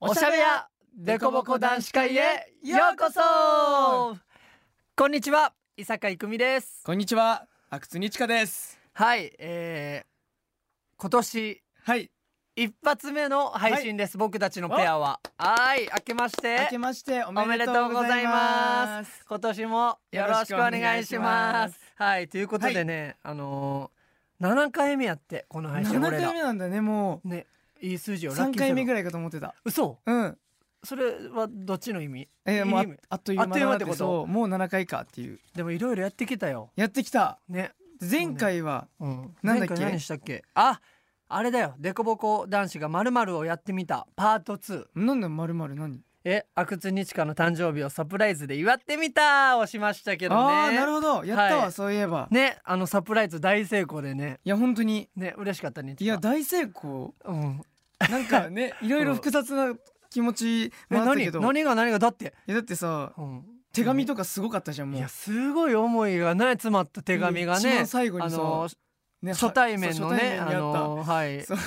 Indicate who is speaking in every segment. Speaker 1: おしゃべやデコボコ男子会へようこそこんにちは伊坂郁美です
Speaker 2: こんにちは、阿久津にちかです。
Speaker 1: はい、えー、今年
Speaker 2: はい、
Speaker 1: 一発目の配信です、僕たちのペアははい明けまして
Speaker 2: 明けましてお
Speaker 1: おめ
Speaker 2: め
Speaker 1: で
Speaker 2: で
Speaker 1: と
Speaker 2: と
Speaker 1: う
Speaker 2: う
Speaker 1: ご
Speaker 2: ご
Speaker 1: ざ
Speaker 2: ざい
Speaker 1: いま
Speaker 2: ますす。
Speaker 1: 今年もよろし
Speaker 2: よろしく
Speaker 1: くお願いします
Speaker 2: お願いします
Speaker 1: はいということでね、あのー、7回目やってこの配信
Speaker 2: 七
Speaker 1: 俺
Speaker 2: 回
Speaker 1: ら
Speaker 2: 目なんだね、も
Speaker 1: ねいい数字
Speaker 2: う
Speaker 1: よ
Speaker 2: 三回目ぐ
Speaker 1: ら
Speaker 2: ら
Speaker 1: い
Speaker 2: いかと思ってた。
Speaker 1: 嘘
Speaker 2: うん、
Speaker 1: それはどっちの意味
Speaker 2: えー、もう
Speaker 1: いい意
Speaker 2: あ
Speaker 1: 味
Speaker 2: あっという間だ
Speaker 1: あ
Speaker 2: な
Speaker 1: っという間ってこと
Speaker 2: そうもう七回かっていう。
Speaker 1: でもいろいろやってきたよ
Speaker 2: やってきた。
Speaker 1: ね
Speaker 2: 前回は、
Speaker 1: うん、
Speaker 2: なんだっけ
Speaker 1: 前回何したっけああれだよ「デコボコ男子がまるをやってみたパート2
Speaker 2: なんだまるまる何？」
Speaker 1: え阿久津日香の誕生日をサプライズで祝ってみたをしましたけどね
Speaker 2: ああー、なるほど。やった
Speaker 1: は
Speaker 2: わ、
Speaker 1: い
Speaker 2: そういえば。
Speaker 1: ねあのサプライズ大成功でね
Speaker 2: いや本当に。
Speaker 1: ね嬉しかったね
Speaker 2: いや大成 功。
Speaker 1: うん、
Speaker 2: なんか ね、いろいろ複雑な気持ち
Speaker 1: え
Speaker 2: もあったけ
Speaker 1: 何
Speaker 2: ど。
Speaker 1: 何が何がだって、
Speaker 2: いやだってさ、
Speaker 1: うん
Speaker 2: 手紙とかすごかったじゃんも
Speaker 1: いうや。すごい思いがね詰まった手紙が
Speaker 2: 一
Speaker 1: ね
Speaker 2: 番最後
Speaker 1: あ
Speaker 2: にさ、
Speaker 1: の
Speaker 2: ね
Speaker 1: 初対面
Speaker 2: そう
Speaker 1: の
Speaker 2: 初対
Speaker 1: ね
Speaker 2: 面
Speaker 1: あ
Speaker 2: にあった。
Speaker 1: のはい
Speaker 2: そう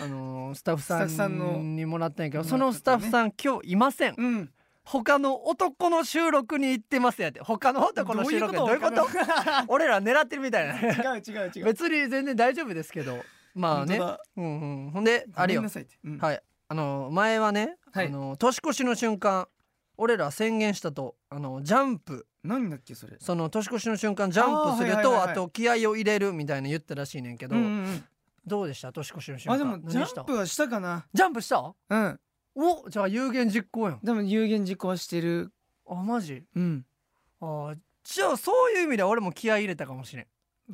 Speaker 1: あのスタッフさ
Speaker 2: スタッフさんの
Speaker 1: んにもらったんやけど
Speaker 2: もらった
Speaker 1: そのスタッフさん今日いません
Speaker 2: うん。
Speaker 1: 他の男の収録に行ってますやって他の男の収録どういう こと
Speaker 2: どういうこ
Speaker 1: 俺ら狙ってるみたいな
Speaker 2: と違う違う違う。
Speaker 1: 別に全然大丈夫ですけどまあね
Speaker 2: 本当だ
Speaker 1: うんうんほんであれ
Speaker 2: ごめんな
Speaker 1: よ
Speaker 2: さいって。うん
Speaker 1: はいあの前はね、
Speaker 2: はい
Speaker 1: あの年越しの瞬間俺ら宣言したとあのジャンプ
Speaker 2: 何だっけそれ。
Speaker 1: その年越しの瞬間ジャンプ
Speaker 2: あ
Speaker 1: す
Speaker 2: ーはいは
Speaker 1: る
Speaker 2: いはい
Speaker 1: と
Speaker 2: はい
Speaker 1: あと気合を入れるみたいな言ったらしいねんけど、
Speaker 2: うんうんうん
Speaker 1: どうでした年越しの瞬間
Speaker 2: あでもジ
Speaker 1: 何し
Speaker 2: ャ
Speaker 1: た
Speaker 2: ンプはしたかな。
Speaker 1: ジャンプした
Speaker 2: うん。
Speaker 1: おじゃあ有言実行やん
Speaker 2: でも有言実行はしてる。
Speaker 1: あマジ
Speaker 2: うん。
Speaker 1: あーじゃあそういう意味では俺も気合い入れたかもしれん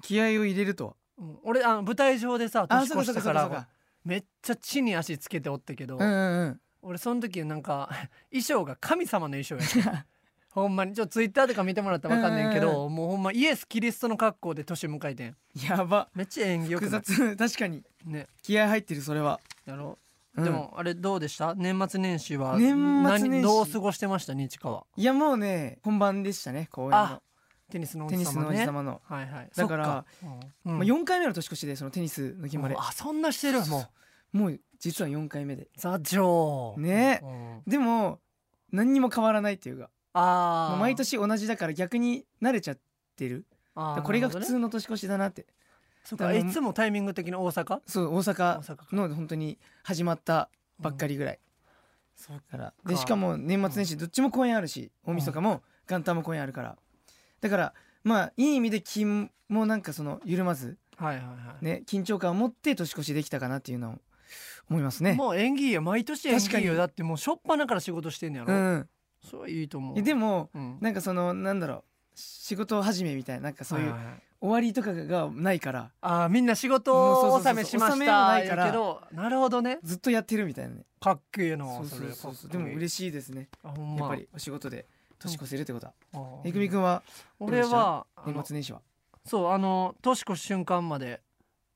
Speaker 2: 気合を入れると。
Speaker 1: うん俺あの舞台上でさ
Speaker 2: あ
Speaker 1: 年
Speaker 2: そうか
Speaker 1: 越
Speaker 2: そ
Speaker 1: し
Speaker 2: うか
Speaker 1: た
Speaker 2: そ
Speaker 1: か
Speaker 2: うかそう
Speaker 1: ら
Speaker 2: か。
Speaker 1: めっちゃ地に足つけておったけど、
Speaker 2: うんうんうん。
Speaker 1: 俺その時なんか衣装が神様の衣装やった ほんまにちょっとツイッターとか見てもらったら分かんねんけ
Speaker 2: うんう
Speaker 1: ど、もうほんまイエス・キリストの格好で年迎えてん
Speaker 2: やば。
Speaker 1: めっちゃ演技よく
Speaker 2: 複
Speaker 1: な
Speaker 2: 雑
Speaker 1: い
Speaker 2: 確かに
Speaker 1: ね
Speaker 2: 気合入ってるそれは。
Speaker 1: やろ
Speaker 2: う
Speaker 1: う、
Speaker 2: ん
Speaker 1: でもあれどうでした年末年始は
Speaker 2: 年末年始
Speaker 1: 何どう過ごしてました日川
Speaker 2: いやもうね本番でしたね公演
Speaker 1: あ
Speaker 2: の
Speaker 1: テニスの王
Speaker 2: テ
Speaker 1: 子
Speaker 2: ニスの
Speaker 1: 様
Speaker 2: 王子
Speaker 1: ね
Speaker 2: 様の。
Speaker 1: はいはい
Speaker 2: だから
Speaker 1: そっかうん
Speaker 2: まあ四回目の年越しでそのテニスの決まれ
Speaker 1: もう。あそんなしてるもう
Speaker 2: もう実は四回目で。
Speaker 1: ザ・ジョー
Speaker 2: ね
Speaker 1: うん
Speaker 2: でも何にも変わらないっていうか。
Speaker 1: あ
Speaker 2: も
Speaker 1: あ
Speaker 2: う毎年同じだから逆に慣れちゃってるだからこれが普通の年越しだなって
Speaker 1: そうか
Speaker 2: あの
Speaker 1: いつもタイミング的に大阪
Speaker 2: そう大
Speaker 1: 大
Speaker 2: 阪
Speaker 1: 阪か
Speaker 2: の本当に始まったばっかりぐらい
Speaker 1: そう
Speaker 2: から
Speaker 1: う
Speaker 2: で
Speaker 1: ん
Speaker 2: しかも年末年始どっちも公演あるし大晦日も元旦も公演あるからだからまあいい意味で気もなんかその緩まず
Speaker 1: はいはいはい、
Speaker 2: ね緊張感を持って年越しできたかなっていうのを思いますね
Speaker 1: もう演技いいよ毎年演
Speaker 2: 確か
Speaker 1: 技いいよ
Speaker 2: に
Speaker 1: だってもうしょっぱなから仕事してんのや
Speaker 2: う
Speaker 1: ろ、
Speaker 2: ん
Speaker 1: それはいいと思
Speaker 2: え
Speaker 1: う
Speaker 2: でも
Speaker 1: うん
Speaker 2: なんかそのなんだろう仕事始めみたいななんかそういう
Speaker 1: は
Speaker 2: 終
Speaker 1: はは
Speaker 2: わりとかがないから
Speaker 1: あーみんな仕
Speaker 2: もうそう
Speaker 1: 事
Speaker 2: そうそう
Speaker 1: 納めしまし
Speaker 2: 納めも
Speaker 1: た
Speaker 2: ないか
Speaker 1: や
Speaker 2: ら
Speaker 1: けどなるほどね
Speaker 2: ずっとやってるみたいなね
Speaker 1: かっけえな
Speaker 2: そうそうそうそうでも
Speaker 1: しい
Speaker 2: 嬉しいですね
Speaker 1: あほんま
Speaker 2: やっぱりお仕事で年越せるってことは。
Speaker 1: あー
Speaker 2: えくみくんは
Speaker 1: 俺はあの
Speaker 2: 年末年始は。
Speaker 1: そうあの年越し瞬間まで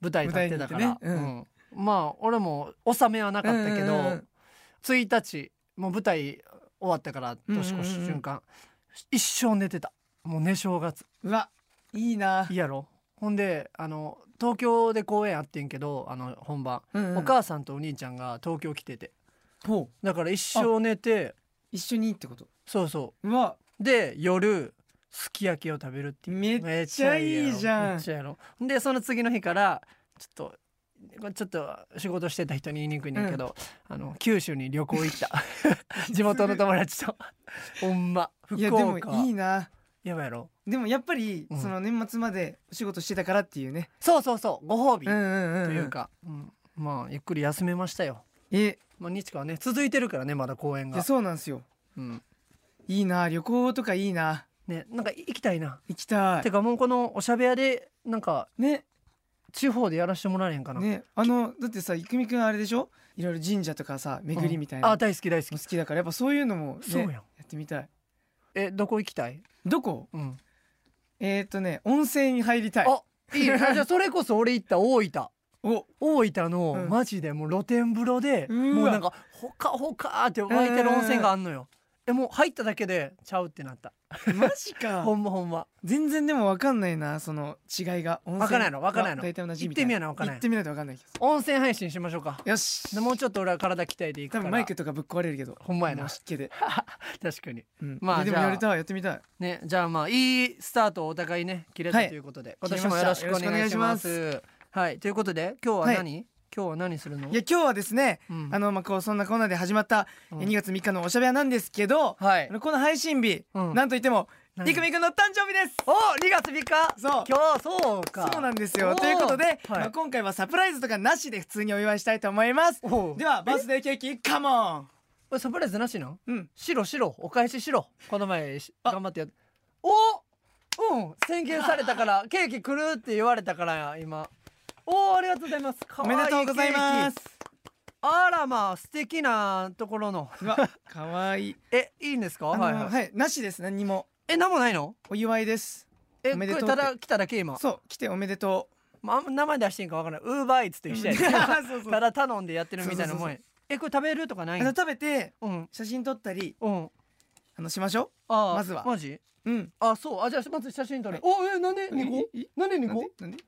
Speaker 1: 舞台立ってた
Speaker 2: 舞
Speaker 1: から、
Speaker 2: 台に行ってね
Speaker 1: うんまあ俺も納めはなかったけど、
Speaker 2: うんうんうん
Speaker 1: 1日もう舞台終わったから年越し瞬間、一生寝てたもう寝正月
Speaker 2: うわいいな。
Speaker 1: いいやろほんであの東京で公演あってんけどあの本番、
Speaker 2: うんうん
Speaker 1: お母さんとお兄ちゃんが東京来てて
Speaker 2: ほう
Speaker 1: だから一生寝て
Speaker 2: 一緒にってこと。
Speaker 1: そうそう
Speaker 2: わ
Speaker 1: うで夜すき焼きを食べるっていう
Speaker 2: めっちゃいいじゃ
Speaker 1: め
Speaker 2: ん
Speaker 1: っ。ちゃやろでその次の日からちょっとこれちょっと仕事してた人に言いにくいねんけど、あの九州に旅行行った 地元の友達 とほんま福
Speaker 2: い
Speaker 1: 岡
Speaker 2: や
Speaker 1: や
Speaker 2: でもいいな。
Speaker 1: ばいやろ
Speaker 2: でもやっぱり
Speaker 1: うん
Speaker 2: その年末までお仕事してたからっていうね。
Speaker 1: そうそうそうご褒美
Speaker 2: うんうんうん。
Speaker 1: という。か、うんまあゆっくり休めましたよ
Speaker 2: え
Speaker 1: まあ日華はね続いてるからねまだ公演
Speaker 2: いや
Speaker 1: が
Speaker 2: そうなんですよ。
Speaker 1: うん
Speaker 2: いいな旅行とかいいな
Speaker 1: ねなんか行きたいな、
Speaker 2: 行きたい
Speaker 1: て。かもうこのおしゃべやでなんか
Speaker 2: ね
Speaker 1: 地方でやらしてもらえへんかな、
Speaker 2: ねあのだってさいくみくんあれでしょ。いろいろ神社とかさ巡りみたいな。
Speaker 1: あ大好き大好き
Speaker 2: も好きだからやっぱそういうのもね
Speaker 1: そうやん
Speaker 2: やってみたい。
Speaker 1: えどこ行きたい、
Speaker 2: どこ？
Speaker 1: うん
Speaker 2: えーっとね温泉に入りたい。
Speaker 1: あい いねあじゃあそれこそ俺行った大分
Speaker 2: お
Speaker 1: 大分の、
Speaker 2: うん
Speaker 1: マジでもう露天風呂で
Speaker 2: うーわ
Speaker 1: もうなんかほかほかーって湧いてる温泉があんのよえもう入っただけでちゃうってなった
Speaker 2: マジか
Speaker 1: ほんまほんま
Speaker 2: 全然でも分かんないなその違いが分
Speaker 1: わかんないのわかんないの
Speaker 2: 大体同じ
Speaker 1: 行っ
Speaker 2: みた
Speaker 1: て
Speaker 2: い
Speaker 1: みや
Speaker 2: な
Speaker 1: なわから
Speaker 2: 行
Speaker 1: ん
Speaker 2: ってみないと分かんない気がす
Speaker 1: 温泉配信しましょうか
Speaker 2: るよし
Speaker 1: でもうちょっと俺は体鍛えていくか
Speaker 2: 多
Speaker 1: ら
Speaker 2: 分マイ クとかぶっ壊れるけど
Speaker 1: ほんまやな
Speaker 2: もう湿気で、
Speaker 1: 確かに
Speaker 2: うん
Speaker 1: まあ
Speaker 2: で
Speaker 1: じ
Speaker 2: も
Speaker 1: ゃあ
Speaker 2: やりたいやってみたい
Speaker 1: ねじゃあまあいいスタートをお互いね切れた
Speaker 2: はい
Speaker 1: ということで、今
Speaker 2: 切れました
Speaker 1: 年もよろしくお願いします
Speaker 2: よ
Speaker 1: はいということで今日は何、今日は何するの
Speaker 2: いや今日はですね
Speaker 1: うん
Speaker 2: あのまあこうそんなコーナーで始まった
Speaker 1: うん
Speaker 2: 2月3日のおしゃべりなんですけど、
Speaker 1: はい
Speaker 2: あのこの配信日、
Speaker 1: うん
Speaker 2: なんといっても
Speaker 1: 何
Speaker 2: りくみくんの誕生日です
Speaker 1: お2月3日
Speaker 2: そう
Speaker 1: 今日そうか
Speaker 2: そうなんです
Speaker 1: お
Speaker 2: よ
Speaker 1: ー
Speaker 2: ということで、
Speaker 1: はい
Speaker 2: まあ、今回はサプライズとかなしで普通にお祝いしたいと思います
Speaker 1: おう
Speaker 2: ではバースデーケーキカモン
Speaker 1: これサプライズなしなん
Speaker 2: うん
Speaker 1: 白白お返し白この前し
Speaker 2: あ
Speaker 1: 頑張ってやっおうん宣言されたからケーキ来るって言われたから今おーありがとうございます
Speaker 2: おめでとうございますす
Speaker 1: あらまあ素敵なところの
Speaker 2: うわかわいい
Speaker 1: えいいんですか
Speaker 2: あの
Speaker 1: はいはい、
Speaker 2: はいなしです何も
Speaker 1: え何もないの
Speaker 2: お祝いです
Speaker 1: え
Speaker 2: お
Speaker 1: こ
Speaker 2: め
Speaker 1: れ
Speaker 2: でとう
Speaker 1: ただ来ただけ今、
Speaker 2: そう来ておめでと
Speaker 1: まあ、あんま名前出していいんかわからないウーバーイーツと
Speaker 2: う
Speaker 1: 一緒 や
Speaker 2: そう
Speaker 1: ね
Speaker 2: そう
Speaker 1: ただ頼んでやってるみたいなもんや
Speaker 2: そ
Speaker 1: えこれ食べるとかな
Speaker 2: あ
Speaker 1: い
Speaker 2: の
Speaker 1: ん
Speaker 2: 食べて
Speaker 1: うん
Speaker 2: 写真撮ったり
Speaker 1: うん
Speaker 2: あのしましょ
Speaker 1: あー
Speaker 2: まずは
Speaker 1: マジ
Speaker 2: ううん
Speaker 1: あそうあじゃあまず写真撮る、
Speaker 2: は
Speaker 1: おえなんで2個
Speaker 2: ええ
Speaker 1: なんで2
Speaker 2: なん
Speaker 1: 個
Speaker 2: でなんで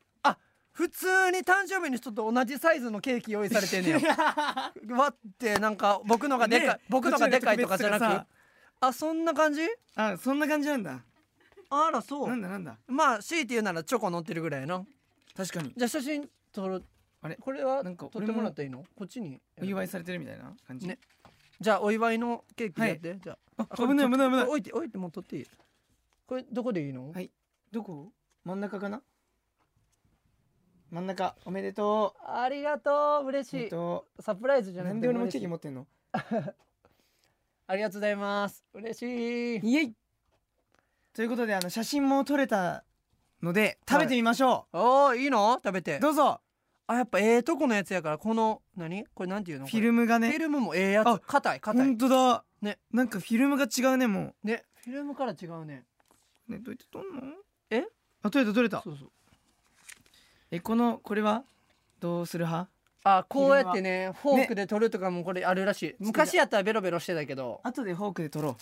Speaker 1: 普通に誕生日の人と同じサイズのケーキ用意されてんねよ わってなんか僕のがでかい、
Speaker 2: ね
Speaker 1: 僕のがでかいとかじゃな
Speaker 2: こっちのが
Speaker 1: く
Speaker 2: 特
Speaker 1: あそんな感じ
Speaker 2: あそんな感じなんだ
Speaker 1: あらそ
Speaker 2: な
Speaker 1: うん
Speaker 2: だなんだ
Speaker 1: まあ強いて言うならチョコ乗ってるぐらいやな
Speaker 2: 確かに
Speaker 1: じゃあ写真撮る
Speaker 2: あれ
Speaker 1: これは
Speaker 2: なんか
Speaker 1: 撮ってもらっていいのこっちに
Speaker 2: お祝いされてるみたいな感じ
Speaker 1: ねじゃあお祝いのケーキでやって、じゃ
Speaker 2: あ
Speaker 1: あ
Speaker 2: 危ない危ない危ない
Speaker 1: これ置いて置いてもう撮っていいこれどこでいいの、
Speaker 2: はいどこ真ん中かな真ん中おめでと
Speaker 1: ありがと
Speaker 2: う
Speaker 1: う嬉
Speaker 2: おめ
Speaker 1: し
Speaker 2: で
Speaker 1: い
Speaker 2: と
Speaker 1: サプライズじ
Speaker 2: う
Speaker 1: ゃな
Speaker 2: な
Speaker 1: く
Speaker 2: んで
Speaker 1: て
Speaker 2: 俺も
Speaker 1: 嬉
Speaker 2: ケ
Speaker 1: しい
Speaker 2: ーキ持ってんの
Speaker 1: ありがとうございます嬉しい
Speaker 2: イエイということであの写真も撮れたので食べてみましょ
Speaker 1: おーいいの食べて
Speaker 2: うどうぞ
Speaker 1: あやっぱええとこのやつやからこの何これなんていうの
Speaker 2: フ
Speaker 1: これ
Speaker 2: ィルムが
Speaker 1: フ
Speaker 2: ね
Speaker 1: ィルムもええや
Speaker 2: あ
Speaker 1: つ硬い硬
Speaker 2: ほ
Speaker 1: い
Speaker 2: んとだ
Speaker 1: ね
Speaker 2: なんかフィルムが違うねも
Speaker 1: ねフィルムから違うね
Speaker 2: うねどうやって撮んの
Speaker 1: え
Speaker 2: あ撮れた撮れた
Speaker 1: そうそう
Speaker 2: えこのこれはどうする派
Speaker 1: あこうやってねフォークで取るとかもこれあるらしい、昔やったらベロベロしてたけど
Speaker 2: 後でフォークで撮ろ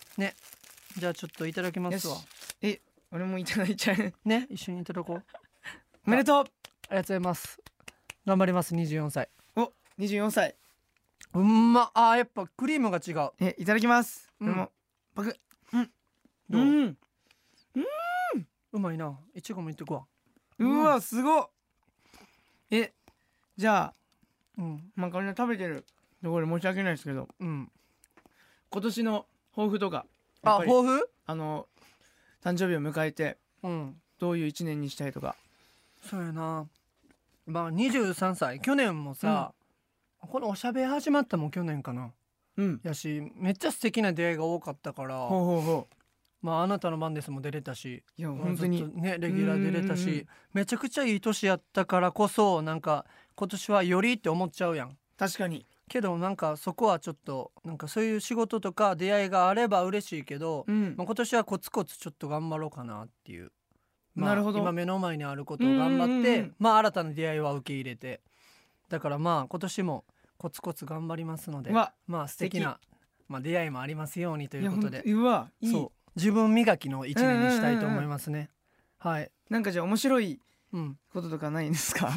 Speaker 1: じゃあちょっといただきま
Speaker 2: うよ
Speaker 1: す
Speaker 2: し
Speaker 1: わ
Speaker 2: え俺もいただいち ゃう
Speaker 1: ね一緒にいただこうあ
Speaker 2: おめでとう
Speaker 1: りがとうございます頑張ります24歳
Speaker 2: お24歳
Speaker 1: うんまあやっぱクリームが違う
Speaker 2: えいただきます、
Speaker 1: うん
Speaker 2: 俺もパク、
Speaker 1: どう、うんまいないちごもいっとくわ
Speaker 2: うわすごっえじゃあ
Speaker 1: うん
Speaker 2: まあこれ食べてるところで申し訳ないですけど
Speaker 1: うん
Speaker 2: 今年の抱負とかやっ
Speaker 1: あ
Speaker 2: ぱり
Speaker 1: 抱負
Speaker 2: あの誕生日を迎えて
Speaker 1: うん
Speaker 2: どういう一年にしたいとか
Speaker 1: そうやなまあ23歳去年もさ、このおしゃべり始まったも去年かな
Speaker 2: うん
Speaker 1: やしめっちゃ素敵な出会いが多かったから
Speaker 2: ほうほうほう
Speaker 1: 「まああなたの番です」も出れたし
Speaker 2: いや本当に
Speaker 1: ずっとねレギュラー出れた
Speaker 2: うんうんうん
Speaker 1: しめちゃくちゃいい年やったからこそなんか今年はよりって思っちゃうやん。
Speaker 2: 確かに
Speaker 1: けどなんかそこはちょっとなんかそういう仕事とか出会いがあれば嬉しいけど、
Speaker 2: うん
Speaker 1: まあ、今年はコツコツちょっと頑張ろうかなっていう、まあ
Speaker 2: なるほど
Speaker 1: 今目の前にあることを頑張って、
Speaker 2: うんうんうん
Speaker 1: まあ新たな出会いは受け入れてだからまあ今年もコツコツ頑張りますので
Speaker 2: うわ
Speaker 1: まあ素敵なまあ、出会いもありますようにと
Speaker 2: い
Speaker 1: い
Speaker 2: や
Speaker 1: うこと
Speaker 2: 本
Speaker 1: で
Speaker 2: 当うわいい
Speaker 1: そう自分磨きの一年にしたいと思いますね。はい、
Speaker 2: なんかじゃあ面白い
Speaker 1: うん、
Speaker 2: こととかないんですか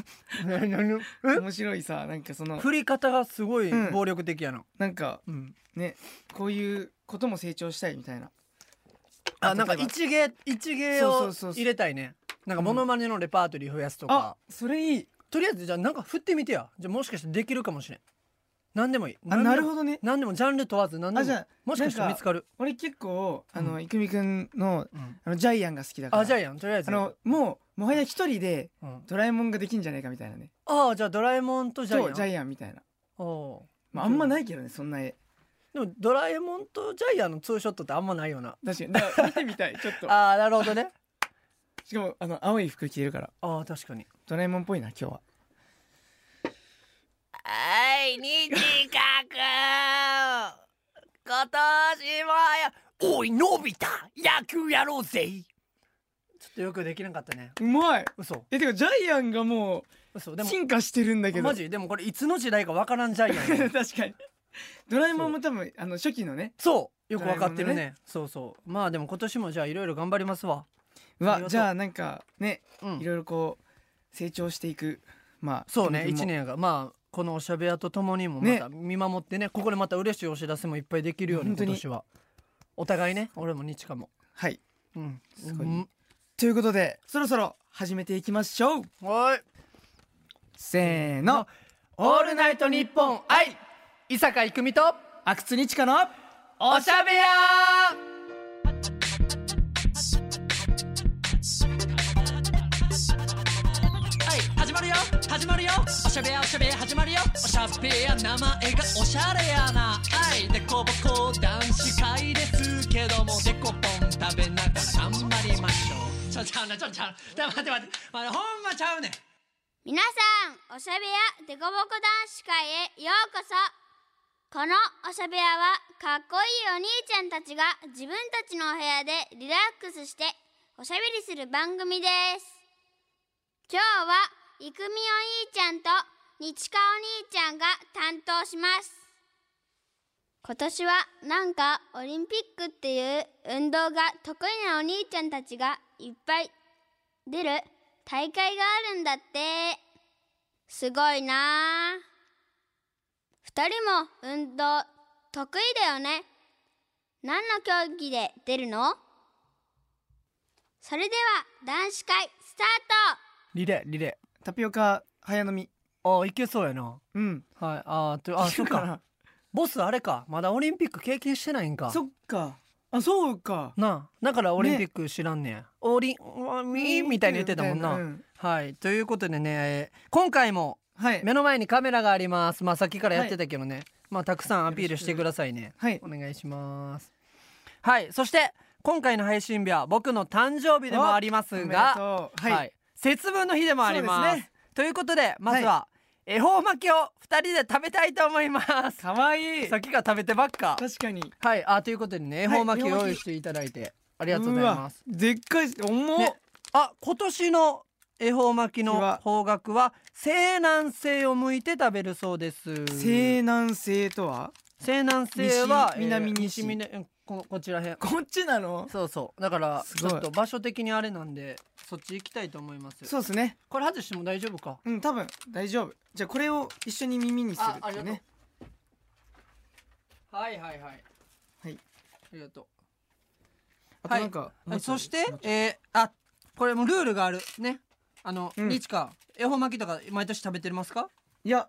Speaker 2: 面白いさなんかその
Speaker 1: 振り方がすごい
Speaker 2: うん
Speaker 1: 暴力的やな。
Speaker 2: なんか
Speaker 1: うん
Speaker 2: ねこういうことも成長したいみたいな
Speaker 1: あなんか
Speaker 2: 例えば
Speaker 1: 一芸一芸
Speaker 2: そうそ
Speaker 1: を
Speaker 2: うそうそう
Speaker 1: 入れたいねなんかモノマネのレパートリー増やすとか、
Speaker 2: それいい
Speaker 1: とりあえずじゃあなんか振ってみてやじゃあもしかしてできるかもしれん何でもいい
Speaker 2: あ
Speaker 1: 何でも
Speaker 2: なるほどね
Speaker 1: 何でもジャンル問わず何で
Speaker 2: あじ
Speaker 1: も
Speaker 2: ゃあ
Speaker 1: もしかして
Speaker 2: なんか
Speaker 1: 見つかる
Speaker 2: 俺結構あ
Speaker 1: う
Speaker 2: の郁美くんの
Speaker 1: うん
Speaker 2: あのジャイアンが好きだから
Speaker 1: あじゃあやんとりあえず
Speaker 2: あのもうもはや一人で
Speaker 1: うん
Speaker 2: ドラえもんができんじゃないかみたいなね
Speaker 1: あじゃあドラえもんとジャイア
Speaker 2: と
Speaker 1: ン
Speaker 2: ジャイアンみたいな、
Speaker 1: おう
Speaker 2: まあ、あんまないけどねそんな絵
Speaker 1: でもドラえもんとジャイアンのツーショットってあんまないよな
Speaker 2: 確かにだから見てみたいちょっと
Speaker 1: ああなるほどね
Speaker 2: しかもあの青い服着てるから
Speaker 1: ああ確かに
Speaker 2: ドラえもんっぽいな今日は
Speaker 1: はい、にじかく今年もや、おい、のび太野球やろうぜちょっとよくできなかったね。
Speaker 2: うまい
Speaker 1: 嘘
Speaker 2: えてかジャイアンがも
Speaker 1: 嘘
Speaker 2: う
Speaker 1: でも、
Speaker 2: 進化してるんだけど
Speaker 1: マジで もこれいつの時代かわからんジャイアンや
Speaker 2: 確かにドラえもんも多分あの初期のね
Speaker 1: そよくわかって
Speaker 2: ド
Speaker 1: る
Speaker 2: ラえ
Speaker 1: ねそうそうまあでも今年もじゃあいろいろ頑張りますわ
Speaker 2: う
Speaker 1: ありが
Speaker 2: わ
Speaker 1: とう
Speaker 2: じゃあなんかね
Speaker 1: うん
Speaker 2: いろいろこう成長していくまあ
Speaker 1: そうね
Speaker 2: 君も
Speaker 1: 1年がまあこのおしゃべやとともにもま
Speaker 2: ね
Speaker 1: た見守ってねここでまた嬉しいお知らせもいっぱいできるように
Speaker 2: 本当
Speaker 1: 今
Speaker 2: に
Speaker 1: 年はお互いね俺も日かも
Speaker 2: はい
Speaker 1: うん
Speaker 2: すごい
Speaker 1: うん
Speaker 2: ということでそろそろ始めていきましょう
Speaker 1: はい
Speaker 2: せーの
Speaker 1: 「オールナイトニッポン愛」伊坂郁美と
Speaker 2: 阿久津にちかの
Speaker 1: おしゃべや
Speaker 3: はい、始まるよ始まるよおしゃべやおしゃべや始まるよおしゃべや名前がおしゃれやなはい、でこぼこ男子会ですけどもでこぽん食べながら頑張りましょうちょ、ちゃうな、ちょ、ちゃうなちょ待って待って、まあ、ほんまちゃうねん
Speaker 4: 皆さんおしゃべやでこぼこ男子会へようこそこのおしゃべやはかっこいいお兄ちゃんたちが自分たちのお部屋でリラックスしておしゃべりする番組です今日はいくみお兄ちゃんとにちかお兄ちゃんが担当します今年はなんかオリンピックっていう運動が得意なお兄ちゃんたちがいっぱい出る大会があるんだってすごいなあ二人も運動得意だよね何の競技で出るのそれでは男子会スタート
Speaker 1: リレーリレ
Speaker 2: タピオカ早飲み
Speaker 1: ーああいけそうやな
Speaker 2: うん
Speaker 1: はいあーとあ
Speaker 2: いけ
Speaker 1: そっ
Speaker 2: る
Speaker 1: かボスあれかまだオリンピック経験してないんか
Speaker 2: なそっかあそうか
Speaker 1: なあだからオリンピック知らんねやオリンミーみたいに言ってたもんな、
Speaker 2: う
Speaker 1: はいということでね、えー今回も
Speaker 2: はい
Speaker 1: 目の前にカメラがありますまあさっきからやってたけどね、まあたくさんアピールしてくださいね
Speaker 2: はい
Speaker 1: お願いしますはいそして今回の配信日は僕の誕生日でもありますが
Speaker 2: おめでとうはい
Speaker 1: 節分の日でもありま
Speaker 2: そう
Speaker 1: す
Speaker 2: ですね
Speaker 1: ということでまずは恵方巻きを2人で食べたいと思います
Speaker 2: かわいい
Speaker 1: さっきから食べてばっか
Speaker 2: 確かに
Speaker 1: はいあということでね恵
Speaker 2: はい
Speaker 1: 方巻き
Speaker 2: 恵方巻き
Speaker 1: 用意していただいてありがとうございます
Speaker 2: うわでっかい重っ、
Speaker 1: ねあ今年の恵方巻き
Speaker 2: う
Speaker 1: の
Speaker 2: わ
Speaker 1: 方角は西南西を向いて食べるそうです
Speaker 2: 西南西とは
Speaker 1: 西南西は
Speaker 2: 西南西
Speaker 1: えー南うんここちらへん
Speaker 2: こっちなの
Speaker 1: そうそうだから
Speaker 2: す
Speaker 1: ち
Speaker 2: ごい
Speaker 1: ょっと場所的にあれなんでそっち行きたいと思います
Speaker 2: そうですね
Speaker 1: これ外しても大丈夫か
Speaker 2: うん多分大丈夫じゃあこれを一緒に耳にする
Speaker 1: ああ
Speaker 2: っ
Speaker 1: り
Speaker 2: ていう
Speaker 1: がとう
Speaker 2: ね
Speaker 1: はいはいはい
Speaker 2: はい
Speaker 1: ありがと
Speaker 2: あとなんか、
Speaker 1: う
Speaker 2: もう
Speaker 1: あ
Speaker 2: 一つ
Speaker 1: そしてえー、あこれもルールがあるねあの、
Speaker 2: うん
Speaker 1: ニチカ恵方巻きとか毎年食べてますか
Speaker 2: いや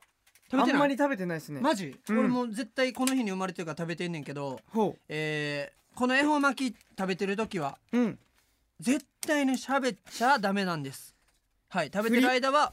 Speaker 1: 食べてない
Speaker 2: あんまり食べてないですね、
Speaker 1: マジ、
Speaker 2: うん
Speaker 1: 俺も絶対この日に生まれてるから食べてんねんけど、
Speaker 2: ほ
Speaker 1: えーこの恵方巻き食べてる時は
Speaker 2: ううん
Speaker 1: 絶対ね喋っちゃダメなんですはい食べてる間は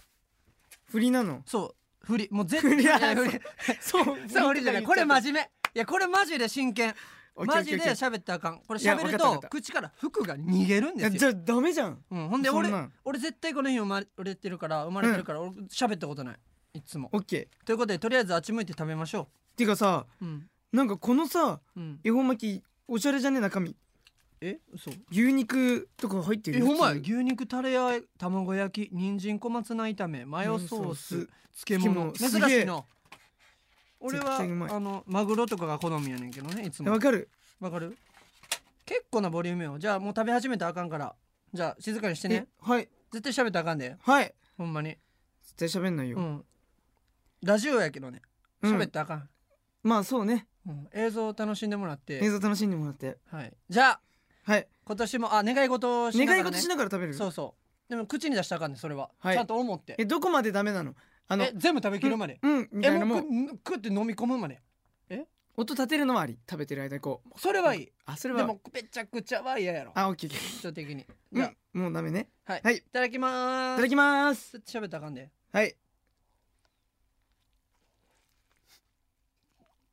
Speaker 2: 振りなの
Speaker 1: そう振りもう絶
Speaker 2: 振
Speaker 1: 対
Speaker 2: り
Speaker 1: い
Speaker 2: や
Speaker 1: や振り
Speaker 2: そう
Speaker 1: そう振りじゃないこれマジ目いやこれマジで真剣マジで喋ったらあかんこれ喋
Speaker 2: い
Speaker 1: る
Speaker 2: やわかったわか
Speaker 1: と
Speaker 2: った
Speaker 1: 口から服が逃げるん
Speaker 2: い
Speaker 1: で
Speaker 2: や
Speaker 1: す
Speaker 2: じ
Speaker 1: よ
Speaker 2: ゃあダメじゃん
Speaker 1: うん、ほんで
Speaker 2: そん
Speaker 1: 俺
Speaker 2: なん
Speaker 1: 俺絶対この日生まれてるから生まれてるから俺喋ったことないいつも
Speaker 2: オッケーっ
Speaker 1: ということでとりあえずあっち向いて食べましょ
Speaker 2: ていうかさ
Speaker 1: ううん
Speaker 2: なんかこのさ
Speaker 1: うん
Speaker 2: 恵方巻きおしゃれじゃね中身
Speaker 1: え嘘
Speaker 2: 牛肉とか入ってる
Speaker 1: えほんまや
Speaker 2: 普通
Speaker 1: 牛肉タレあえ卵焼き人参小松菜炒めマヨソース漬物
Speaker 2: 漬物
Speaker 1: 珍
Speaker 2: すげ
Speaker 1: しい
Speaker 2: え
Speaker 1: な俺
Speaker 2: 絶
Speaker 1: は
Speaker 2: 対うまい
Speaker 1: あのマグロとかが好みやねんけどねいつ
Speaker 2: え
Speaker 1: も
Speaker 2: わかる
Speaker 1: わかる結構なボリュームよじゃあもう食べ始めたらあかんからじゃあ静かにして
Speaker 2: え
Speaker 1: ね
Speaker 2: はい
Speaker 1: 絶対喋ったらあかんで
Speaker 2: はい
Speaker 1: ほんまに
Speaker 2: 絶対喋んないうよ
Speaker 1: んラジオやけどね
Speaker 2: うん
Speaker 1: 喋ったらあかん、
Speaker 2: まあそうね
Speaker 1: うん映像を楽しんでもらっ
Speaker 2: 映
Speaker 1: て、
Speaker 2: 像楽しんでもらって
Speaker 1: はい、じゃあ
Speaker 2: はい
Speaker 1: 今年もあ願い事をしなが
Speaker 2: 願
Speaker 1: ら、
Speaker 2: い
Speaker 1: ね、
Speaker 2: 事しながら食べる
Speaker 1: そうそうでも口に出したらあかんねそれは、
Speaker 2: はい
Speaker 1: ちゃんと思って
Speaker 2: えどこまでダメなのあの
Speaker 1: え全部食べきるまで、
Speaker 2: うんみ
Speaker 1: え
Speaker 2: たいな
Speaker 1: も
Speaker 2: も
Speaker 1: う
Speaker 2: う
Speaker 1: 食って飲み込むまで
Speaker 2: 音立てるのはあり食べてる間にこう
Speaker 1: それはいい
Speaker 2: あそれ
Speaker 1: で
Speaker 2: は
Speaker 1: もめちゃくちゃは嫌やろ
Speaker 2: あオッケーオッケ
Speaker 1: 人的に
Speaker 2: ー
Speaker 1: じゃあ、
Speaker 2: うんもうダメね
Speaker 1: はい、
Speaker 2: はい
Speaker 1: いただきま
Speaker 2: い
Speaker 1: ー
Speaker 2: ただ
Speaker 1: す
Speaker 2: きます
Speaker 1: ちょっと喋ったらあかんで
Speaker 2: はい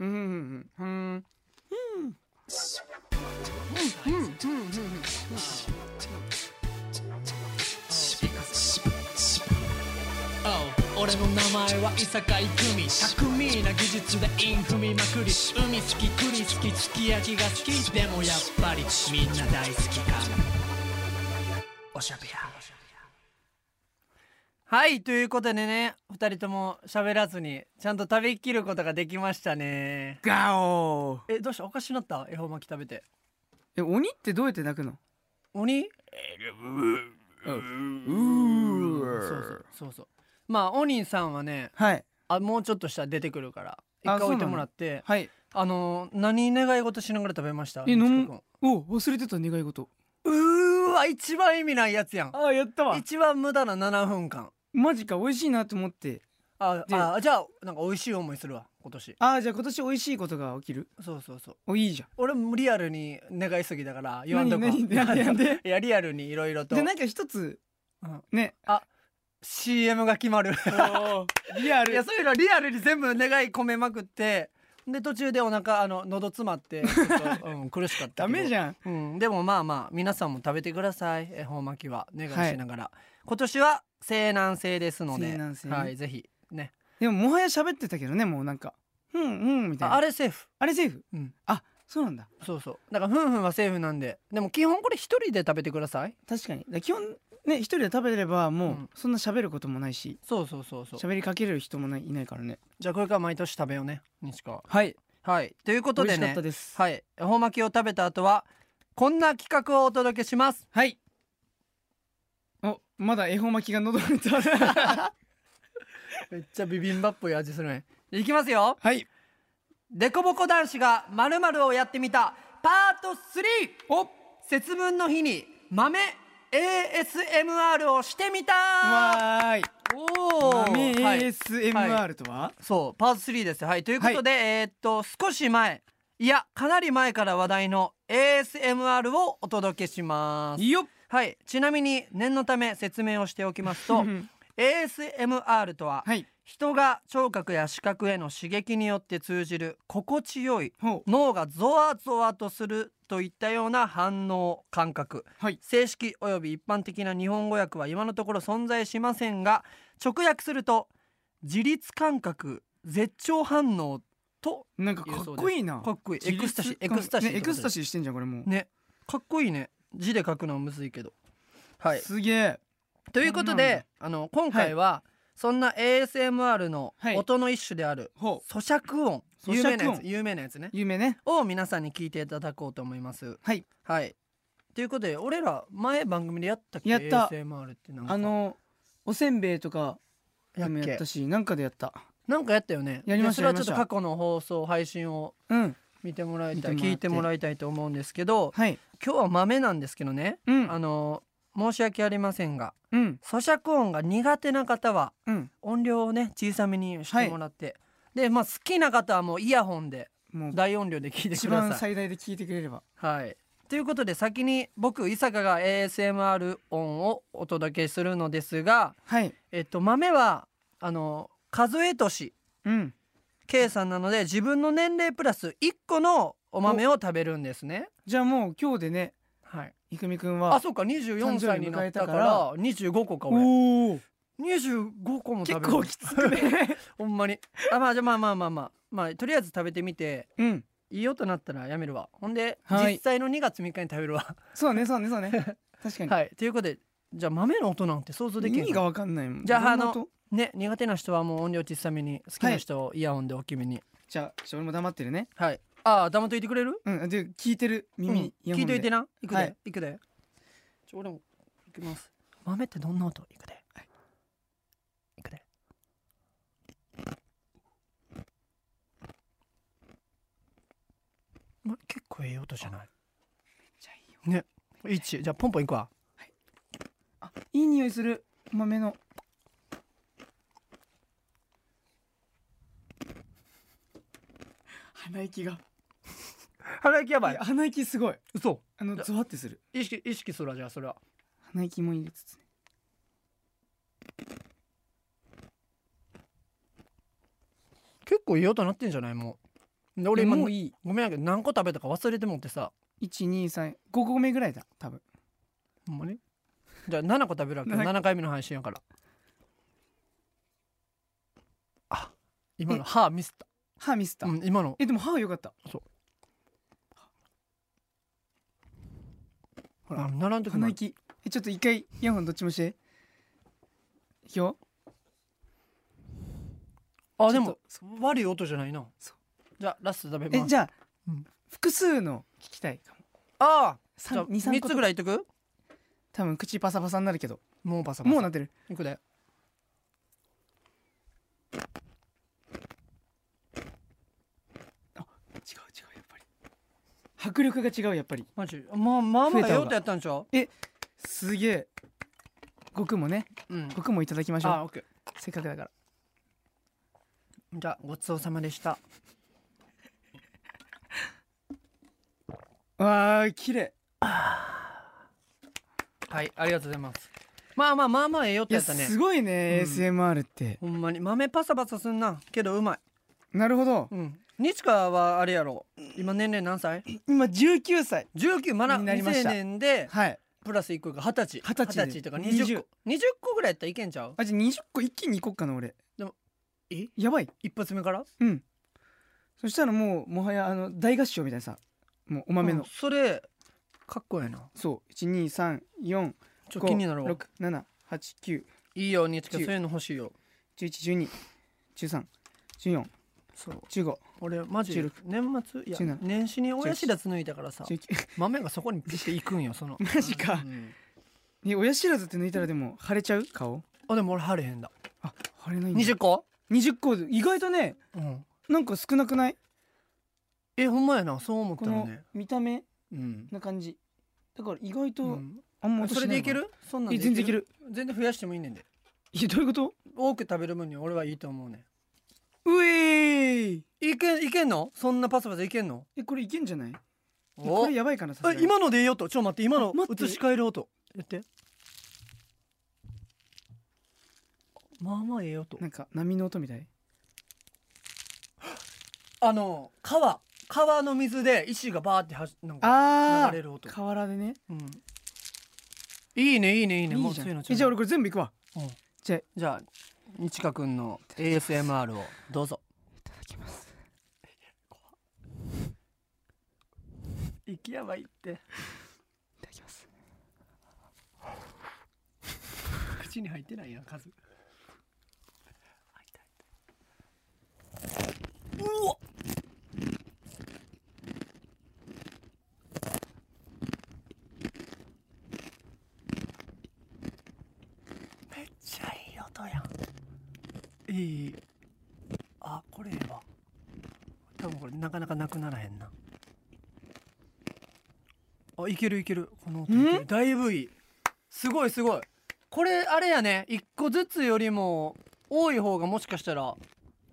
Speaker 2: うんうん
Speaker 3: オ俺の名前は伊坂郁美巧みな技術でイン踏みまくり海好き栗好きすき焼きが好きでもやっぱりみんな大好きかおしゃべや
Speaker 1: はいということでね2人とも喋らずにちゃんと食べきることができましたね
Speaker 2: ガオー
Speaker 1: えどうしたおかしになった恵方巻き食べて
Speaker 2: え鬼ってどうやって泣くの
Speaker 1: 鬼そうそうそうそうまあ鬼さんはね
Speaker 2: はい
Speaker 1: あもうちょっとしたら出てくるから一
Speaker 2: あ
Speaker 1: 回置
Speaker 2: そうな
Speaker 1: いて
Speaker 2: の
Speaker 1: もらって
Speaker 2: はい
Speaker 1: あのー何願い事しながら食べました
Speaker 2: え飲
Speaker 1: みちこ
Speaker 2: むお忘れてた願い事
Speaker 1: 君うーわ一番意味ないやつやん
Speaker 2: あやった
Speaker 1: 一番無駄な7分間
Speaker 2: マジか美味しいなと思って
Speaker 1: あ
Speaker 2: で
Speaker 1: あじゃあなんか美味しい思いするわ今年
Speaker 2: あーじゃあ今年美味しいことが起きる
Speaker 1: そうそうそう
Speaker 2: おいいじゃん
Speaker 1: 俺もリアルに願いすぎだから言わんとこ
Speaker 2: 何何なんでなんで
Speaker 1: いやリアルにいろいろと
Speaker 2: でなんか一つ
Speaker 1: うん
Speaker 2: ね
Speaker 1: CM が決 まる
Speaker 2: リア
Speaker 1: いやそういうのリアルに全部願い込めまくってで途中でお腹あの喉詰まってちょ っと、うん、苦しかったけど
Speaker 2: ダメじゃん
Speaker 1: うん、でもまあまあ皆さんも食べてください恵方巻きは願いしながら、今年は西南西ですので
Speaker 2: 西南西ね
Speaker 1: はい、ぜひね
Speaker 2: でももはや喋ってたけどねもうなんかうんうんみたい
Speaker 1: あ
Speaker 2: な
Speaker 1: あ
Speaker 2: れ
Speaker 1: れセーフ
Speaker 2: あれセーフ
Speaker 1: うん
Speaker 2: あそうなんだ
Speaker 1: そうそうだからふんふんはセーフなんででも基本これ一人で食べてください
Speaker 2: 確かにだから基本ね一人で食べれば
Speaker 1: う
Speaker 2: も
Speaker 1: ん
Speaker 2: うそんな喋ることもないし
Speaker 1: そうそうそうそう
Speaker 2: 喋りかける人もないいないからね
Speaker 1: じゃあこれから毎年食べようね西川
Speaker 2: はい
Speaker 1: はいということ
Speaker 2: 美味
Speaker 1: で
Speaker 2: しかっ
Speaker 1: ね
Speaker 2: たです
Speaker 1: はい恵方巻きを食べた後はこんな企画をお届けします
Speaker 2: はいおまだ恵方巻きが喉にた
Speaker 1: めっちゃビビンバっぽい味するねいきますよ
Speaker 2: はい
Speaker 1: デコボコ男子がまるまるをやってみたパート3
Speaker 2: お
Speaker 1: 節分の日に豆 ASMR をしてみた
Speaker 2: わーい
Speaker 1: おお、
Speaker 2: 豆
Speaker 1: はい、
Speaker 2: ASMR とは
Speaker 1: そうパート3ですはいということで、えーっと少し前いやかなり前から話題の ASMR をお届けします
Speaker 2: いいよ
Speaker 1: はいちなみに念のため説明をしておきます
Speaker 2: う
Speaker 1: と
Speaker 2: ん
Speaker 1: ASMR とは
Speaker 2: はい
Speaker 1: 人が聴覚や視覚への刺激によって通じる心地よい
Speaker 2: ほう
Speaker 1: 脳がゾワゾワとするといったような反応感覚
Speaker 2: はい
Speaker 1: 正式および一般的な日本語訳は今のところ存在しませんが直訳すると自律感覚絶頂反応と
Speaker 2: なんかかっこいいな
Speaker 1: かっこいいエクスタシーエ
Speaker 2: 自律感
Speaker 1: クスタシー
Speaker 2: ねエクスタ
Speaker 1: シ
Speaker 2: シーしてんじゃんこれもう
Speaker 1: ねかっこいいね字で書くのはむずいけどはい
Speaker 2: すげえ
Speaker 1: ということであの今回は、そんな ASMR の
Speaker 2: はい
Speaker 1: 音の一種である
Speaker 2: ほう
Speaker 1: 咀嚼音
Speaker 2: 咀嚼音
Speaker 1: 有名なやつ有名なやつね
Speaker 2: 有名ね
Speaker 1: を皆さんに聞いていただこうと思います
Speaker 2: はい
Speaker 1: はいということで俺ら前番組でやったっけ
Speaker 2: やった
Speaker 1: ASMR ってなんか
Speaker 2: あのおせんべいとかで
Speaker 1: やっ
Speaker 2: もや
Speaker 1: け
Speaker 2: ったしなんかでやった
Speaker 1: なんかやったよね
Speaker 2: やりま
Speaker 1: で
Speaker 2: し
Speaker 1: そ
Speaker 2: た
Speaker 1: れはちょっと
Speaker 2: やりま
Speaker 1: 過
Speaker 2: した
Speaker 1: 去の放送配信を
Speaker 2: うん
Speaker 1: 見てもらいた
Speaker 2: 見てもら
Speaker 1: い
Speaker 2: って
Speaker 1: 聞いてもらいたいと思うんですけど
Speaker 2: はい
Speaker 1: 今日は豆なんですけどね、
Speaker 2: うん
Speaker 1: あの申し訳ありませんが
Speaker 2: うん
Speaker 1: 咀嚼音が苦手な方は
Speaker 2: うん
Speaker 1: 音量をね小さめにしてもらって、でまあ好きな方はもうイヤホンで
Speaker 2: もう
Speaker 1: 大音量で聞いて
Speaker 2: 一
Speaker 1: くだ
Speaker 2: 番
Speaker 1: さい。
Speaker 2: 最大で聞いてくれれば
Speaker 1: はいということで先に僕伊坂が ASMR 音をお届けするのですが、
Speaker 2: はい
Speaker 1: えっと、豆はあの数え年
Speaker 2: うん
Speaker 1: 計算なので自分の年齢プラス1個のお豆を食べるんですね。
Speaker 2: じゃあもう今日でね
Speaker 1: はい、
Speaker 2: いくみくん
Speaker 1: あ
Speaker 2: は
Speaker 1: そうか24歳になったか
Speaker 2: 誕
Speaker 1: ら25個か俺
Speaker 2: おお
Speaker 1: 25個も
Speaker 2: 結
Speaker 1: 食べる
Speaker 2: 構きつくね
Speaker 1: ほんまにあまあじゃあまあまあまあまあまあとりあえず食べてみて
Speaker 2: うん
Speaker 1: いいよとなったらやめるわほんで、
Speaker 2: はい
Speaker 1: 実際の2月3日に食べるわ
Speaker 2: そうだねそうだねそうだね確かに
Speaker 1: はいということでじゃあ豆の音なんて想像でき
Speaker 2: 意
Speaker 1: ん
Speaker 2: 味がわかんないもん
Speaker 1: じゃ
Speaker 2: ど
Speaker 1: あ
Speaker 2: んな
Speaker 1: あの
Speaker 2: 音
Speaker 1: ね苦手な人はもう音量小さめに好きな人をイヤホンで大きめに
Speaker 2: じゃあちょ俺も黙ってるね
Speaker 1: はい、ああ黙っといてくれる
Speaker 2: うんで聞いてる耳にイヤ
Speaker 1: うん聞
Speaker 2: ホ
Speaker 1: い
Speaker 2: ンで
Speaker 1: といてないくで、、
Speaker 2: はいい
Speaker 1: くでちょ俺も行きます豆ってどんな音いくで、い、くでま結構ええ音じゃない
Speaker 2: じゃあいいよ
Speaker 1: ね一じゃあポンポンいくわ
Speaker 2: あいい匂いする豆の鼻息が
Speaker 1: 鼻息やば
Speaker 2: い
Speaker 1: い
Speaker 2: や鼻息すごい
Speaker 1: 嘘
Speaker 2: あのゾワってする
Speaker 1: 意識意識するわじゃあそれは
Speaker 2: 鼻息も入れつつね
Speaker 1: 結構いい音なってんじゃないもうで俺今
Speaker 2: もういい
Speaker 1: ごめんやけど何個食べたか忘れてもってさ
Speaker 2: 1235個目ぐらいだ多分
Speaker 1: ほんまにじゃあ7個食べるわけよ
Speaker 2: 7
Speaker 1: 7回目の配信やから今の歯ミスっ、
Speaker 2: 歯ミスったた、
Speaker 1: うん、今の
Speaker 2: えでも歯は良かった
Speaker 1: ほらあの並んでく
Speaker 2: 鼻
Speaker 1: る
Speaker 2: 息えちょっと一回イヤホンどっちもしていくよ
Speaker 1: あ
Speaker 2: ち
Speaker 1: で
Speaker 2: ょっ
Speaker 1: も悪い音じゃないな
Speaker 2: そう
Speaker 1: じゃあラスト食べ
Speaker 2: え
Speaker 1: ます
Speaker 2: じゃあ、
Speaker 1: うん
Speaker 2: 複数の聞きたいかも
Speaker 1: ああじ
Speaker 2: 三
Speaker 1: ゃあ
Speaker 2: 二三
Speaker 1: 3
Speaker 2: 個
Speaker 1: つぐらいいっとく
Speaker 2: 多分口パサパサになるけど
Speaker 1: もうパサパサ
Speaker 2: もうなってる
Speaker 1: いくで
Speaker 2: 違う違うやっぱり迫力が違うやっぱり
Speaker 1: マジまあまあ
Speaker 2: 増え
Speaker 1: ま
Speaker 2: たわ
Speaker 1: あええ音やったんちゃう
Speaker 2: すげえ僕もね
Speaker 1: うんあ
Speaker 2: 僕もいただきましょう
Speaker 1: オッケ
Speaker 2: せっかくだから
Speaker 1: ーじゃあごちそうさまでした
Speaker 2: わあ綺麗
Speaker 1: はいありがとうございますまあまあまあまあええ
Speaker 2: い
Speaker 1: 音
Speaker 2: や
Speaker 1: やったね
Speaker 2: すごいね、
Speaker 1: うん
Speaker 2: ASMR って
Speaker 1: ほんまに豆パサパサすんなけどうまい
Speaker 2: なるほど
Speaker 1: うん西川はあれやろ今年齢何歳
Speaker 2: 今19歳
Speaker 1: 19まだ
Speaker 2: になり
Speaker 1: 未
Speaker 2: ました
Speaker 1: 成年で
Speaker 2: はい
Speaker 1: プラス1個が20歳
Speaker 2: 20歳で
Speaker 1: とか20個20個ぐらいやったらいけんちゃう
Speaker 2: あじゃあ20個一気にいこっかな俺
Speaker 1: でもえ
Speaker 2: やばい
Speaker 1: 一発目から
Speaker 2: うんそしたらもうもはやあの大合唱みたいなさもうお豆の、
Speaker 1: うんそれかっこええな
Speaker 2: そう1234
Speaker 1: ちょっと気になるわいいよ西川
Speaker 2: 10
Speaker 1: そういうの欲しいよ
Speaker 2: 6789112131415
Speaker 1: そう俺マジ
Speaker 2: 16
Speaker 1: 年末い
Speaker 2: 17
Speaker 1: や年始に親知らず抜いたからさ豆がそこにピッていくんよその
Speaker 2: マジか
Speaker 1: うん
Speaker 2: え親知らずって抜いたらでも腫れちゃう顔
Speaker 1: あでも俺晴れへんだ
Speaker 2: あ腫れないんだ
Speaker 1: 20個
Speaker 2: 20個で意外とね
Speaker 1: うん
Speaker 2: なんか少なくない
Speaker 1: えほんまやなそう思っ
Speaker 2: こ
Speaker 1: たら
Speaker 2: の
Speaker 1: ね
Speaker 2: 見た目
Speaker 1: うん
Speaker 2: な感じだから意外
Speaker 1: う
Speaker 2: と
Speaker 1: ん
Speaker 2: あんま音し
Speaker 1: そ
Speaker 2: な
Speaker 1: れでいけ
Speaker 2: のか
Speaker 1: るそんなん
Speaker 2: え
Speaker 1: で
Speaker 2: 全然いける
Speaker 1: 全然増やしてもいいねんで
Speaker 2: えどういうこと
Speaker 1: 多く食べる分には俺はいいと思うね
Speaker 2: うえーい
Speaker 1: いけいけんのそんなパサパサいけんの
Speaker 2: えこれいけんじゃない
Speaker 1: お
Speaker 2: これやばいかなさすが
Speaker 1: え
Speaker 2: に
Speaker 1: 今のでいい音ちょっと待って今の
Speaker 2: あ待って
Speaker 1: 移し替える音やってまあまあええ音
Speaker 2: なんか波の音みたい
Speaker 1: あの川川の水で石がバーってはしなんか
Speaker 2: あ
Speaker 1: 流れる音
Speaker 2: 河原でね
Speaker 1: うんいいねいいねいいね
Speaker 2: い
Speaker 1: も
Speaker 2: いうじゃ
Speaker 1: そういうの
Speaker 2: ん
Speaker 1: ち
Speaker 2: え
Speaker 1: ょっと
Speaker 2: じゃあ俺これ全部いくわ
Speaker 1: うん
Speaker 2: じゃあい
Speaker 1: じゃあ日川くんの ASMR をどうぞ
Speaker 2: ただきます
Speaker 1: きやばいって
Speaker 2: いただきます
Speaker 1: 口に入ってないやん数うわめっちゃいい音やんいいあこれええわ多分これなかなかなくならへんなあいけるいけるこの音いけるだいぶいいすごいすごいこれあれやね一個ずつよりも多い方がもしかしたら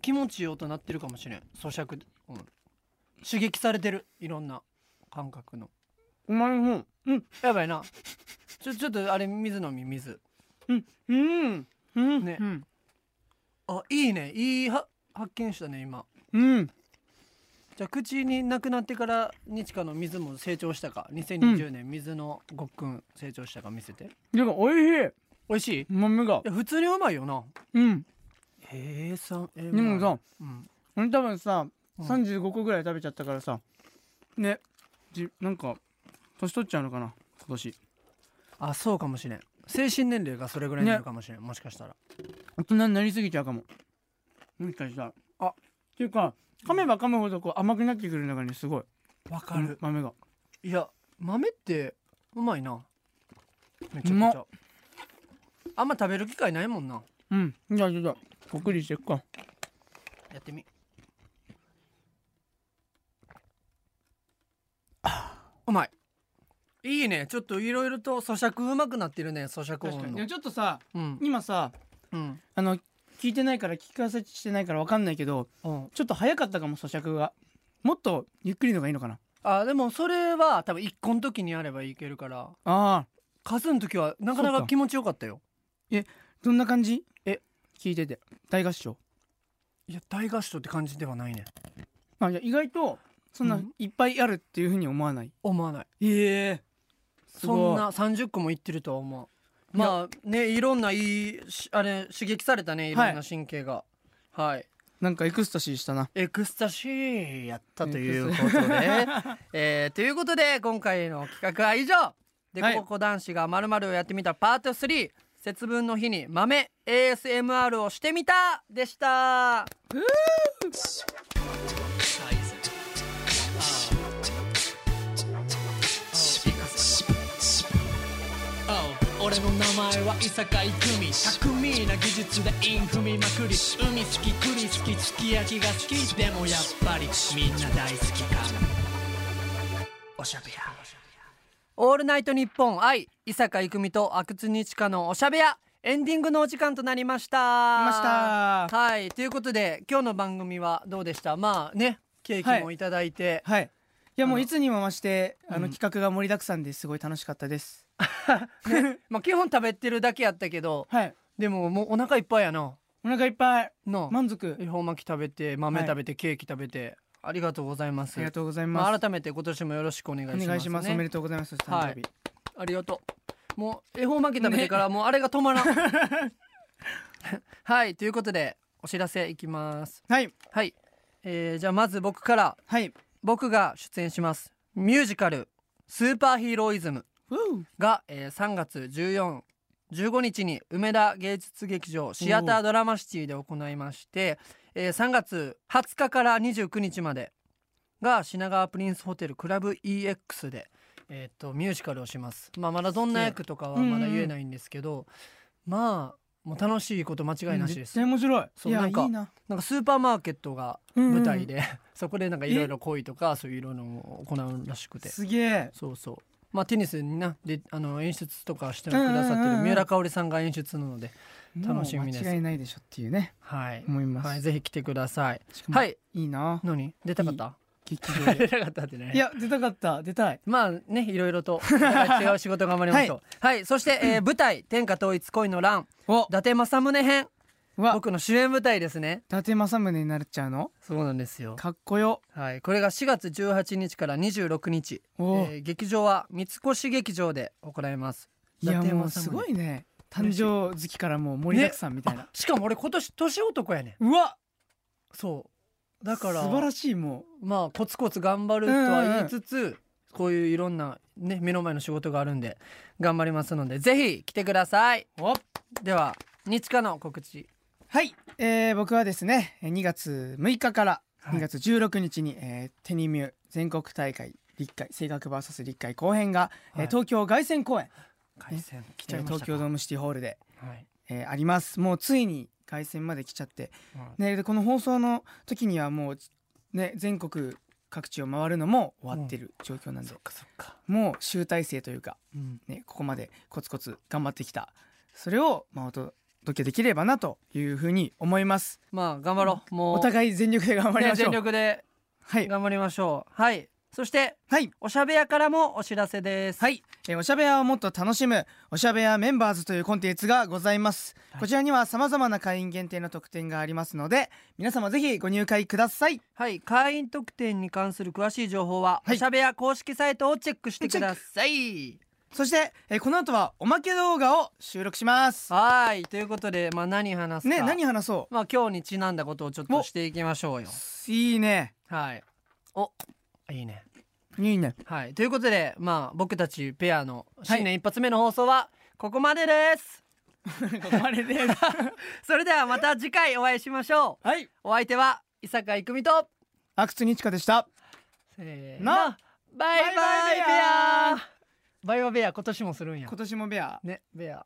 Speaker 1: 気持ちいい音鳴ってるかもしれん咀嚼、うん、刺激されてるいろんな感覚の
Speaker 2: うまいもんうん
Speaker 1: やばいなちょちょっとあれ水飲み水
Speaker 2: うんうん
Speaker 1: ね
Speaker 2: うん
Speaker 1: あいいねいいは発見したね今
Speaker 2: うん
Speaker 1: じゃあ口になくなってから日華の水も成長したか2020年水のごっくん成長したか見せて
Speaker 2: でも美味しい
Speaker 1: 美味しいい
Speaker 2: 豆が
Speaker 1: や普通にうまいよな
Speaker 2: うん
Speaker 1: へえさんえ
Speaker 2: でもさ
Speaker 1: うん
Speaker 2: 俺多分さ
Speaker 1: うん
Speaker 2: 35個ぐらい食べちゃったからさねじなんか年取っちゃうのかな今年
Speaker 1: あそうかもしれん精神年齢がそれぐらいになるかもしれん、もしかしたら
Speaker 2: 大人になりすぎちゃうかももしかしたらあっていうか噛めば噛むほどこう甘くなってくるのがねすごい
Speaker 1: わかる、
Speaker 2: 豆が
Speaker 1: いや豆ってうまいなめち
Speaker 2: う
Speaker 1: ゃ
Speaker 2: ま
Speaker 1: く
Speaker 2: っ
Speaker 1: ちゃあんま食べる機会ないもんな
Speaker 2: うんじゃあちょっとこっくりしていくか
Speaker 1: やってみあうまいいいねちょっといろいろと咀嚼うまくなってるね咀嚼音の
Speaker 2: ちょっとさ
Speaker 1: うん
Speaker 2: 今さ
Speaker 1: うん
Speaker 2: あの聞いてないから聞かせしてないからわかんないけど
Speaker 1: うん
Speaker 2: ちょっと早かったかも咀嚼がもっとゆっくりのがいいのかな
Speaker 1: あでもそれは多分一個の時にやればいけるから
Speaker 2: ああ
Speaker 1: 数の時はなかな
Speaker 2: そう
Speaker 1: か
Speaker 2: か
Speaker 1: 気持ちよかったよ
Speaker 2: どんな感じ
Speaker 1: え
Speaker 2: 聞いてて大合唱
Speaker 1: いや大合唱って感じではないね
Speaker 2: あじゃあ意外とそんな
Speaker 1: うん
Speaker 2: いっぱいあるっていうふうに思わない、
Speaker 1: 思わない
Speaker 2: ええす
Speaker 1: そ
Speaker 2: ご
Speaker 1: ん
Speaker 2: い
Speaker 1: な30個もいってるとは思うまあねいろんないいしあれ刺激されたねいろんな神経がはい、
Speaker 2: なんかエクスタシーしたな
Speaker 1: エクスタシーやったということ で、えーということで今回の企画は以上で
Speaker 2: はい
Speaker 1: ここ男子がまるをやってみたパート3節分の日に豆 ASMR をしてみたでした
Speaker 3: 俺の名前は伊坂郁美巧みな技術でイン踏みまくり海好き栗好きすき焼きが好きでもやっぱりみんな大好きかおしゃべや
Speaker 1: オールナイトニッポン愛伊坂郁美と阿久津日香のおしゃべやエンディングのお時間となりました
Speaker 2: ました
Speaker 1: はいということで今日の番組はどうでしたまあねケーキもいただいて、
Speaker 2: はいいやも
Speaker 1: あ
Speaker 2: う
Speaker 1: の
Speaker 2: いつにも増してあの企画が盛りだくさんですごい楽しかったです
Speaker 1: まあ基本食べてるだけやったけど
Speaker 2: はい
Speaker 1: でももうお腹いっぱいやな
Speaker 2: お腹いっぱい
Speaker 1: なあ
Speaker 2: 満足
Speaker 1: 恵方巻き食べて豆
Speaker 2: はい
Speaker 1: 食べて、ケーキ食べてありがとうございます
Speaker 2: ありがとうござい
Speaker 1: ま
Speaker 2: ま
Speaker 1: あ、
Speaker 2: す
Speaker 1: 改めて今年もよろしくお願いします、ね、
Speaker 2: お願いしますおめでとうございます誕生日
Speaker 1: ありがとうもう恵方巻き食べてからもうあれが止 まらん、はいということでお知らせいきます
Speaker 2: はい
Speaker 1: はい、えーじゃあまず僕から
Speaker 2: はい
Speaker 1: 僕が出演しますミュージカル「スーパーヒーローイズム
Speaker 2: ふう」
Speaker 1: が、えー3月14 15日に梅田芸術劇場シアタードラマシティで行いまして、えー3月20日から29日までが品川プリンスホテルクラブ EX で、えー、とミュージカルをします、まあ、まだどんな役とかは
Speaker 2: うんうん
Speaker 1: まだ言えないんですけど、まあもう楽しいこと間違いなしで
Speaker 2: 絶
Speaker 1: す
Speaker 2: 対面白い
Speaker 1: そう
Speaker 2: いや
Speaker 1: ないんか
Speaker 2: いな
Speaker 1: なんかスーパーマーケットが舞台で、 そこでなんかいろいろ恋とかそういういろいろを行うらしくて
Speaker 2: すげえ
Speaker 1: そうそうまあテニスになであの演出とかしてくださっ
Speaker 2: うんう
Speaker 1: て
Speaker 2: ん
Speaker 1: る
Speaker 2: うん
Speaker 1: 三浦香織さんが演出なので楽しみです
Speaker 2: もう間違いないでしょっていうね
Speaker 1: はい、
Speaker 2: 思います、
Speaker 1: はい、ぜひ来てください
Speaker 2: しかも
Speaker 1: はい
Speaker 2: いいな
Speaker 1: 何出たかった
Speaker 2: 劇場で
Speaker 1: 出たかったってね
Speaker 2: いや出たかった出たい
Speaker 1: まあねいろいろとお互い違う仕事頑張りましょうはい、そして、えー舞台「天下統一恋の乱」
Speaker 2: お
Speaker 1: 伊達政宗編
Speaker 2: わ伊
Speaker 1: 僕の主演舞台ですね
Speaker 2: 達政宗になっちゃうの
Speaker 1: そうなんですよ
Speaker 2: かっこよ
Speaker 1: はい、これが4月18日から26日、え
Speaker 2: おう
Speaker 1: ー劇場は三越劇場で行います
Speaker 2: いや
Speaker 1: 伊達
Speaker 2: もう
Speaker 1: 政宗
Speaker 2: すごいね誕生月からもう盛りだくさんみたいな、
Speaker 1: あしかも俺今年年男やねん
Speaker 2: うわ
Speaker 1: そうだから
Speaker 2: 素晴らしいも
Speaker 1: まあコツコツ頑張るとは言いつつ、こういういろんなね目の前の仕事があるんで頑張りますのでぜひ来てくださいう
Speaker 2: お
Speaker 1: では日課の告知
Speaker 2: はい、えー、僕はですねえー2月6日から
Speaker 1: はい
Speaker 2: 2月16日に、えーテニミュー全国大会立会声楽 VS 立会後編が、えー
Speaker 1: はい
Speaker 2: 東京凱旋公演、
Speaker 1: 回線来ちゃ
Speaker 2: え
Speaker 1: い
Speaker 2: ー
Speaker 1: ま
Speaker 2: 東
Speaker 1: したか、
Speaker 2: 京ドームシティホールで、
Speaker 1: はい、
Speaker 2: えーありますもうついに凱旋まで来ちゃって、
Speaker 1: はい
Speaker 2: ね、でこの放送の時にはもう、ね、全国各地を回るのも終わってる状況なんで
Speaker 1: そっ、かそっか、
Speaker 2: もう集大成というか
Speaker 1: うん、
Speaker 2: ね、ここまでコツコツ頑張ってきたそれを、まあ、お届けできればなというふうに思います
Speaker 1: まあ頑張ろうもう
Speaker 2: お互い全力で頑張り
Speaker 1: ね
Speaker 2: ましょ
Speaker 1: 全
Speaker 2: う、
Speaker 1: 力で
Speaker 2: はい、
Speaker 1: 頑張りましょうはいそして
Speaker 2: はい
Speaker 1: おしゃべやからもお知らせです
Speaker 2: はい、えーおしゃべりをもっと楽しむおしゃべりメンバーズというコンテンツがございます、こちらには様々な会員限定の特典がありますので皆様ぜひご入会ください
Speaker 1: はい、会員特典に関する詳しい情報は、
Speaker 2: はい
Speaker 1: おしゃべや公式サイトをチェックしてください。
Speaker 2: そして、えーこの後はおまけ動画を収録します
Speaker 1: はい、ということで、まあ、何話すか。
Speaker 2: ね何話そ
Speaker 1: まあ、今日にちなんだことをちょっとしていきましょうよ。
Speaker 2: ういいね
Speaker 1: はい。お、いいね。
Speaker 2: いいね
Speaker 1: はい、ということで、まあ、僕たちペアの新年一発目の放送はここまで です。
Speaker 2: あれです
Speaker 1: それでは、また次回お会いしましょう。
Speaker 2: はい
Speaker 1: お相手は伊坂郁美と。
Speaker 2: 阿久津にちかでした
Speaker 1: せーの。
Speaker 2: な
Speaker 1: バイバイ
Speaker 2: バイバイ
Speaker 1: ベ
Speaker 2: ベ
Speaker 1: ア
Speaker 2: ア。
Speaker 1: バイバイベア、今年もするんや
Speaker 2: 今。年もベア
Speaker 1: ね、ベア。